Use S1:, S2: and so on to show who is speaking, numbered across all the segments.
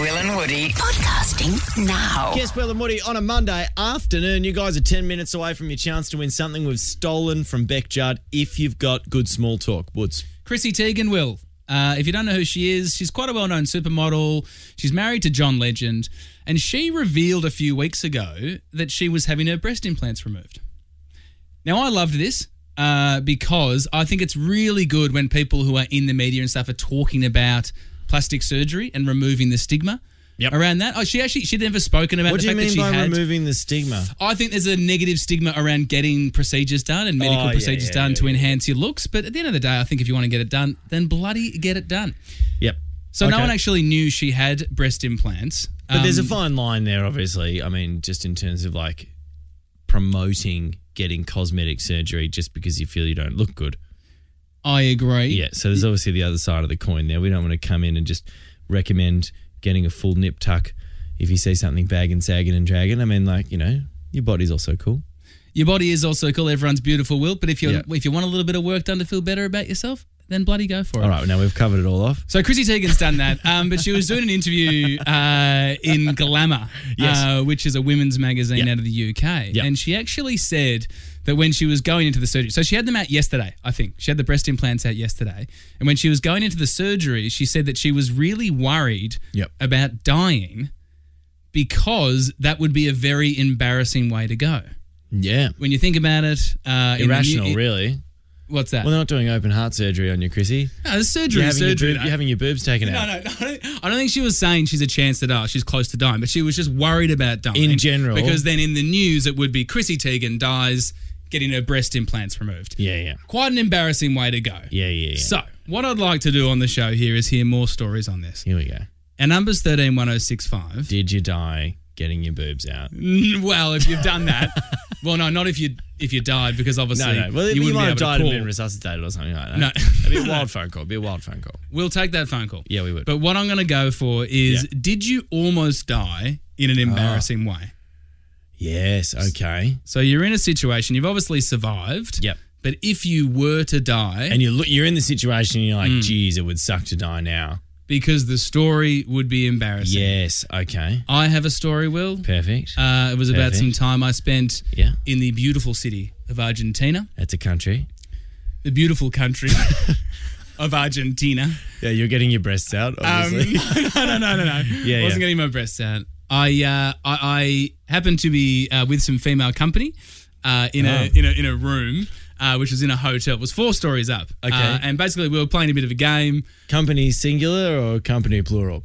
S1: Will and Woody. Podcasting now.
S2: Yes, Will and Woody, on a Monday afternoon, you guys are 10 minutes away from your chance to win something we've stolen from Beck Judd if you've got good small talk. Woods.
S3: Chrissy Teigen will. Uh, if you don't know who she is, she's quite a well known supermodel. She's married to John Legend. And she revealed a few weeks ago that she was having her breast implants removed. Now, I loved this uh, because I think it's really good when people who are in the media and stuff are talking about plastic surgery and removing the stigma.
S2: Yep.
S3: Around that, oh, she actually she'd never spoken about
S2: What
S3: the
S2: do you
S3: fact that
S2: mean
S3: she
S2: by
S3: had.
S2: removing the stigma?
S3: I think there's a negative stigma around getting procedures done and medical
S2: Oh, yeah,
S3: procedures
S2: yeah,
S3: done
S2: yeah,
S3: to
S2: yeah.
S3: enhance your looks. But at the end of the day, I think if you want to get it done, then bloody get it done.
S2: Yep.
S3: So no
S2: Okay.
S3: one actually knew she had breast implants.
S2: But there's a
S3: Um,
S2: fine line there, obviously. I mean, just in terms of like promoting getting cosmetic surgery just because you feel you don't look good.
S3: I agree.
S2: Yeah, so there's obviously the other side of the coin there. We don't want to come in and just recommend getting a full nip tuck if you see something bagging, sagging, and dragging. I mean, like, you know, your body's also cool.
S3: Your body is also cool. Everyone's beautiful, Will. But if you
S2: Yeah.
S3: are if you want a little bit of work done to feel better about yourself, then bloody go for it.
S2: All right, now we've covered it all off.
S3: So Chrissy Teigen's done that, um, but she was doing an interview uh, in Glamour,
S2: Yes.
S3: uh, which is a women's magazine
S2: Yeah.
S3: out of the UK,
S2: Yeah.
S3: and she actually said that when she was going into the surgery, so she had them out yesterday, I think she had the breast implants out yesterday, and when she was going into the surgery, she said that she was really worried
S2: Yep.
S3: about dying because that would be a very embarrassing way to go.
S2: Yeah.
S3: When you think about it, uh, in the
S2: Irrational,
S3: new-
S2: really.
S3: What's that?
S2: Well, they're not doing open heart surgery on you, Chrissy.
S3: no, the surgery,
S2: You're
S3: is
S2: having, your,
S3: surgery.
S2: boob-
S3: though.
S2: you're having your boobs taken out.
S3: No, no, no. I don't- I don't think she was saying she's a chance to die. She's close to dying, but she was just worried about dying
S2: In general.
S3: Because then in the news, it would be Chrissy Teigen dies getting her breast implants removed.
S2: Yeah, yeah.
S3: Quite an embarrassing way to go.
S2: Yeah, yeah, yeah.
S3: So, what I'd like to do on the show here is hear more stories on this.
S2: Here we go.
S3: Our number's 131065.
S2: Did you die getting your boobs out?
S3: Mm, Well, if you've done that, well, no, not if you if you died, because obviously
S2: No, no. Well,
S3: you,
S2: you,
S3: wouldn't
S2: might
S3: be
S2: have
S3: able
S2: died
S3: to
S2: and
S3: call.
S2: been resuscitated or something like that.
S3: No.
S2: It'd be a wild phone call. It'd be a wild phone call.
S3: We'll take that phone call.
S2: Yeah, we would.
S3: But what I'm going to go for is: Did you almost die in
S2: Ah.
S3: an embarrassing way?
S2: Yes, okay.
S3: So you're in a situation, you've obviously survived.
S2: Yep.
S3: But if you were to die,
S2: And you look, you're in the situation and you're
S3: Mm.
S2: like, geez, it would suck to die now.
S3: because the story would be embarrassing.
S2: Yes, okay.
S3: I have a story, Will.
S2: Perfect.
S3: Uh, it was about
S2: Perfect.
S3: some time I spent
S2: Yeah.
S3: in the beautiful city of Argentina,
S2: That's a country.
S3: the beautiful country of Argentina.
S2: Yeah, you're getting your breasts out,
S3: Um, no,
S2: obviously.
S3: no, no, no, no, no.
S2: yeah.
S3: wasn't getting my breasts out. I, uh, I, I happened to be uh, with some female company uh, in, a,
S2: Oh.
S3: in a in a room, uh, which was in a hotel. It was four stories up.
S2: Okay.
S3: Uh, and basically, we were playing a bit of a game.
S2: company singular or company plural?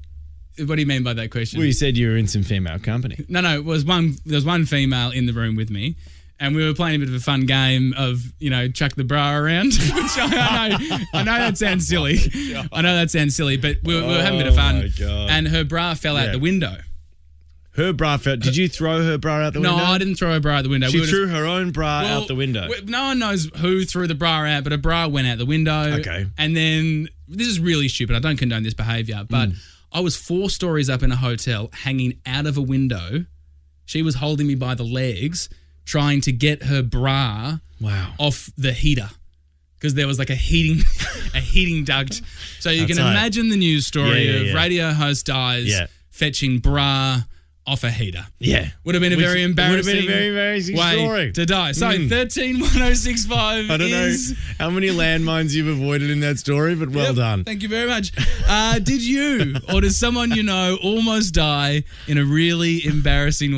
S3: What do you mean by that question?
S2: Well, you said you were in some female company.
S3: no, no, it was one. There was one female in the room with me, and we were playing a bit of a fun game of you know chuck the bra around. Which I, I know, I know that sounds silly. I know that sounds silly, but we were, we were having a bit of
S2: Oh
S3: fun.
S2: my God.
S3: And her bra fell out
S2: Yeah.
S3: the window.
S2: Her bra fell. Did you throw her bra out the
S3: No,
S2: window?
S3: I didn't throw her bra out the window.
S2: She
S3: We were
S2: threw
S3: just-
S2: her own bra
S3: Well,
S2: out the window.
S3: we- No one knows who threw the bra out, but a bra went out the window.
S2: Okay.
S3: And then this is really stupid. I don't condone this behavior, but
S2: Mm.
S3: I was four stories up in a hotel, hanging out of a window. She was holding me by the legs, trying to get her bra
S2: wow.
S3: off the heater because there was like a heating a heating duct. So you can
S2: That's right.
S3: imagine the news story
S2: Yeah, yeah,
S3: of
S2: yeah.
S3: radio host dies
S2: Yeah.
S3: fetching bra off a heater.
S2: Yeah.
S3: Would have been a
S2: Which
S3: very
S2: would have
S3: embarrassing,
S2: been a very embarrassing
S3: way
S2: story.
S3: to die. So
S2: Mm.
S3: thirteen one zero six five.
S2: I don't
S3: is,
S2: know how many landmines you've avoided in that story, but well
S3: Yep,
S2: done.
S3: Thank you very much. Uh, did you or does someone you know almost die in a really embarrassing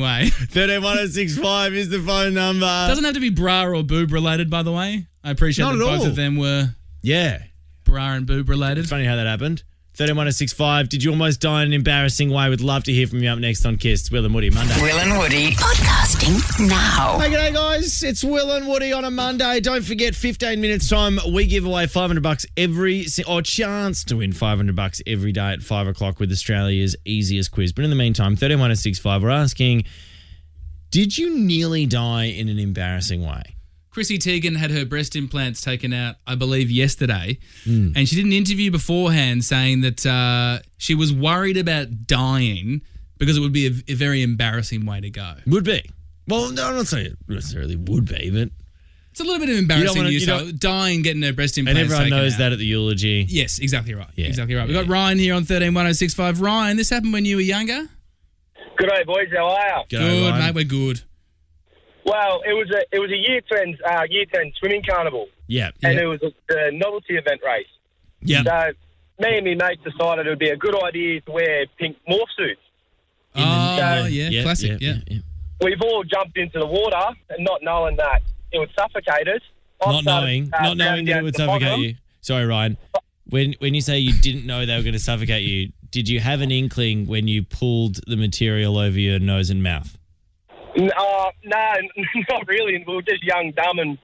S3: way?
S2: 131065 is the phone number.
S3: Doesn't have to be bra or boob related, by the way. I appreciate
S2: Not
S3: that
S2: at
S3: both
S2: all.
S3: of them were
S2: yeah.
S3: bra and boob related.
S2: It's funny how that happened. 31065, did you almost die in an embarrassing way? Would love to hear from you up next on Kiss. Will and Woody, Monday.
S1: Will and Woody. Podcasting now.
S2: Hey, g'day, guys. It's Will and Woody on a Monday. Don't forget, 15 minutes time, we give away 500 bucks every, si- or chance to win 500 bucks every day at 5 o'clock with Australia's easiest quiz. But in the meantime, 131065, we're asking, did you nearly die in an embarrassing way?
S3: Chrissy Teigen had her breast implants taken out, I believe, yesterday.
S2: Hmm.
S3: And she did an interview beforehand saying that uh, she was worried about dying because it would be a, a very embarrassing way to go.
S2: Would be. Well, no, I'm not saying it necessarily would be, but
S3: It's a little bit embarrassing
S2: wanna-
S3: you,
S2: you
S3: so
S2: don't-
S3: dying getting her breast
S2: And
S3: implants.
S2: everyone
S3: taken
S2: knows
S3: out.
S2: that at the eulogy.
S3: Yes, exactly right.
S2: Yeah.
S3: Exactly right. We've
S2: Yeah.
S3: got Ryan here on 131065. Ryan, this happened when you were younger?
S4: G'day, boys. How are you?
S2: G'day,
S3: good,
S2: Ryan.
S3: mate. We're good.
S4: Well, it was a it was a year ten uh, year ten swimming carnival,
S2: Yeah.
S4: and it was a, the novelty event race.
S2: Yeah.
S4: So me and my mates decided it would be a good idea to wear pink morph suits.
S3: Oh, yeah.
S2: Yeah,
S3: Classic. Yeah.
S4: We've all jumped into the water, and not knowing that it would suffocate us. I
S2: Not
S4: started,
S2: knowing,
S4: uh,
S2: not knowing
S4: going
S2: that
S4: down
S2: it would
S4: to the bottom.
S2: suffocate you. Sorry, Ryan. When when you say you didn't know they were going to suffocate you, did you have an inkling when you pulled the material over your nose and mouth?
S4: N- Uh, no, not really. We were just young, dumb, and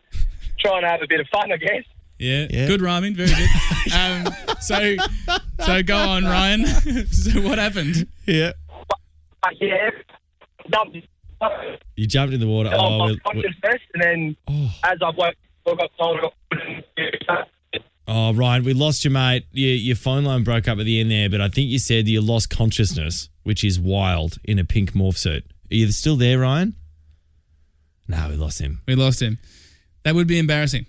S4: trying to have a bit of fun, I guess.
S3: Yeah.
S2: Yeah.
S3: Good rhyming. Very good. um, so, so go on, Ryan. so what happened?
S2: Yeah.
S4: But yeah, dumped
S2: Oh, You jumped in the water.
S4: on
S2: Oh,
S4: my
S2: we- we-
S4: consciousness, and then
S2: oh.
S4: as I've woke, I got told. I got
S2: Oh, Ryan, we lost you, mate. Your, your phone line broke up at the end there, but I think you said you lost consciousness, which is wild in a pink morph suit. Are you still there, Ryan? No, we lost him.
S3: We lost him. That would be embarrassing.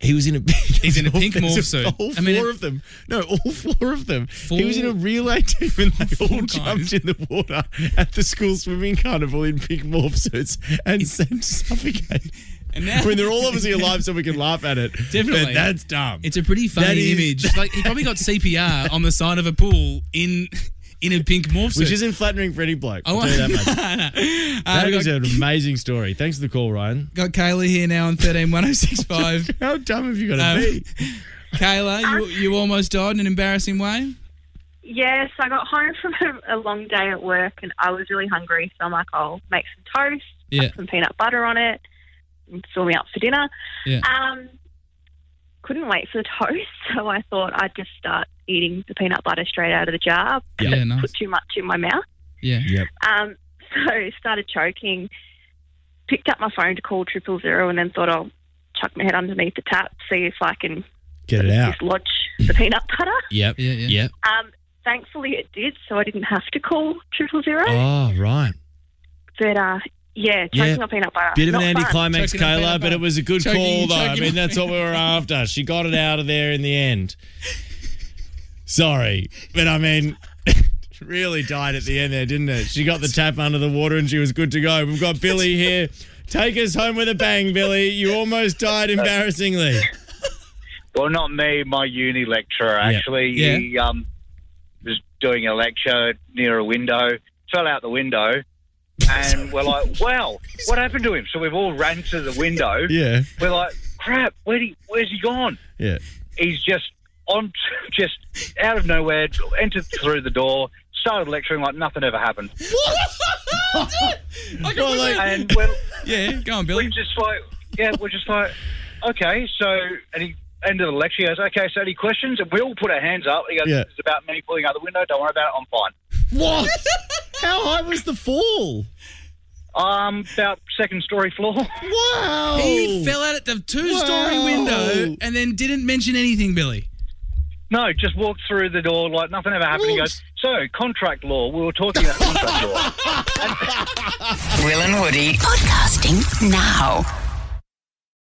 S2: He was in a he's
S3: in a pink morph suit.
S2: All
S3: I mean,
S2: four
S3: it-
S2: of them. No, all four of them. he was in a
S3: Four-
S2: relay team and they all
S3: Four
S2: jumped
S3: times.
S2: in the water at the school swimming carnival in pink morph suits and sent to suffocate.
S3: And now-
S2: I mean, they're all obviously alive, so we can laugh at it.
S3: Definitely.
S2: but that's dumb.
S3: It's a pretty
S2: That
S3: funny
S2: is-
S3: image. Like he probably got CPR on the side of a pool in in a pink morph suit.
S2: which isn't flattering for any bloke. I'll tell you that much.
S3: Uh,
S2: That
S3: we
S2: is
S3: got,
S2: an amazing story. Thanks for the call, Ryan.
S3: got Kayla here now on thirteen one zero six five.
S2: How dumb have you got to
S3: Um,
S2: be?
S3: Kayla, you, you almost died in an embarrassing way.
S5: Yes, I got home from a, a long day at work and I was really hungry. So I'm like, I'll make some toast,
S3: Yeah.
S5: put some peanut butter on it, and fill me up for dinner.
S3: Yeah.
S5: Um, couldn't wait for the toast, so I thought I'd just start eating the peanut butter straight out of the jar.
S3: Yeah. Yeah, nice.
S5: Put too much in my mouth.
S3: Yeah.
S5: Um, so started choking. Picked up my phone to call triple zero and then thought I'll chuck my head underneath the tap, see if I can
S2: Get it out.
S5: dislodge the peanut butter.
S2: Yep.
S3: Yeah, yeah.
S2: Yep.
S5: Um, thankfully, it did, so I didn't have to call triple zero.
S2: Oh, right.
S5: But uh, yeah,
S2: Yeah.
S5: choking on peanut butter.
S2: Bit of an
S5: Not fun.
S2: anticlimax,
S3: Choking on
S2: Kayla,
S3: peanut
S2: but it
S3: butter.
S2: was a good
S3: Choking-
S2: call, though. I
S3: choking
S2: mean,
S3: on
S2: that's what we were after. She got it out of there in the end. Sorry. But I mean, really died at the end there, didn't it? She got the tap under the water and she was good to go. We've got Billy here. Take us home with a bang, Billy. You almost died embarrassingly.
S6: Well, not me, my uni lecturer, actually.
S3: Yeah.
S6: He um, was doing a lecture near a window, fell out the window, and we're like, wow, what happened to him? So we've all ran to the window.
S2: Yeah.
S6: We're like, crap, where'd he, where's he gone?
S2: Yeah.
S6: He's just on, just out of nowhere, entered through the door, started lecturing like nothing ever happened.
S2: Well, like-
S6: And we're,
S3: Yeah, go on,
S6: we're
S3: Billy.
S6: just like, yeah, we're just like, okay, so, and he, end of the lecture, he goes, okay, so any questions? And we all put our hands up. He goes,
S2: Yeah.
S6: it's about me pulling out the window. Don't worry about it. I'm fine.
S2: What? How high was the fall?
S6: Um, about second story floor.
S2: Wow.
S3: He fell out at the two-story
S2: Wow.
S3: window and then didn't mention anything, Billy.
S6: no, just walked through the door like nothing ever happened. He goes, so contract law. We were talking about contract law.
S1: Will and Woody. Podcasting now.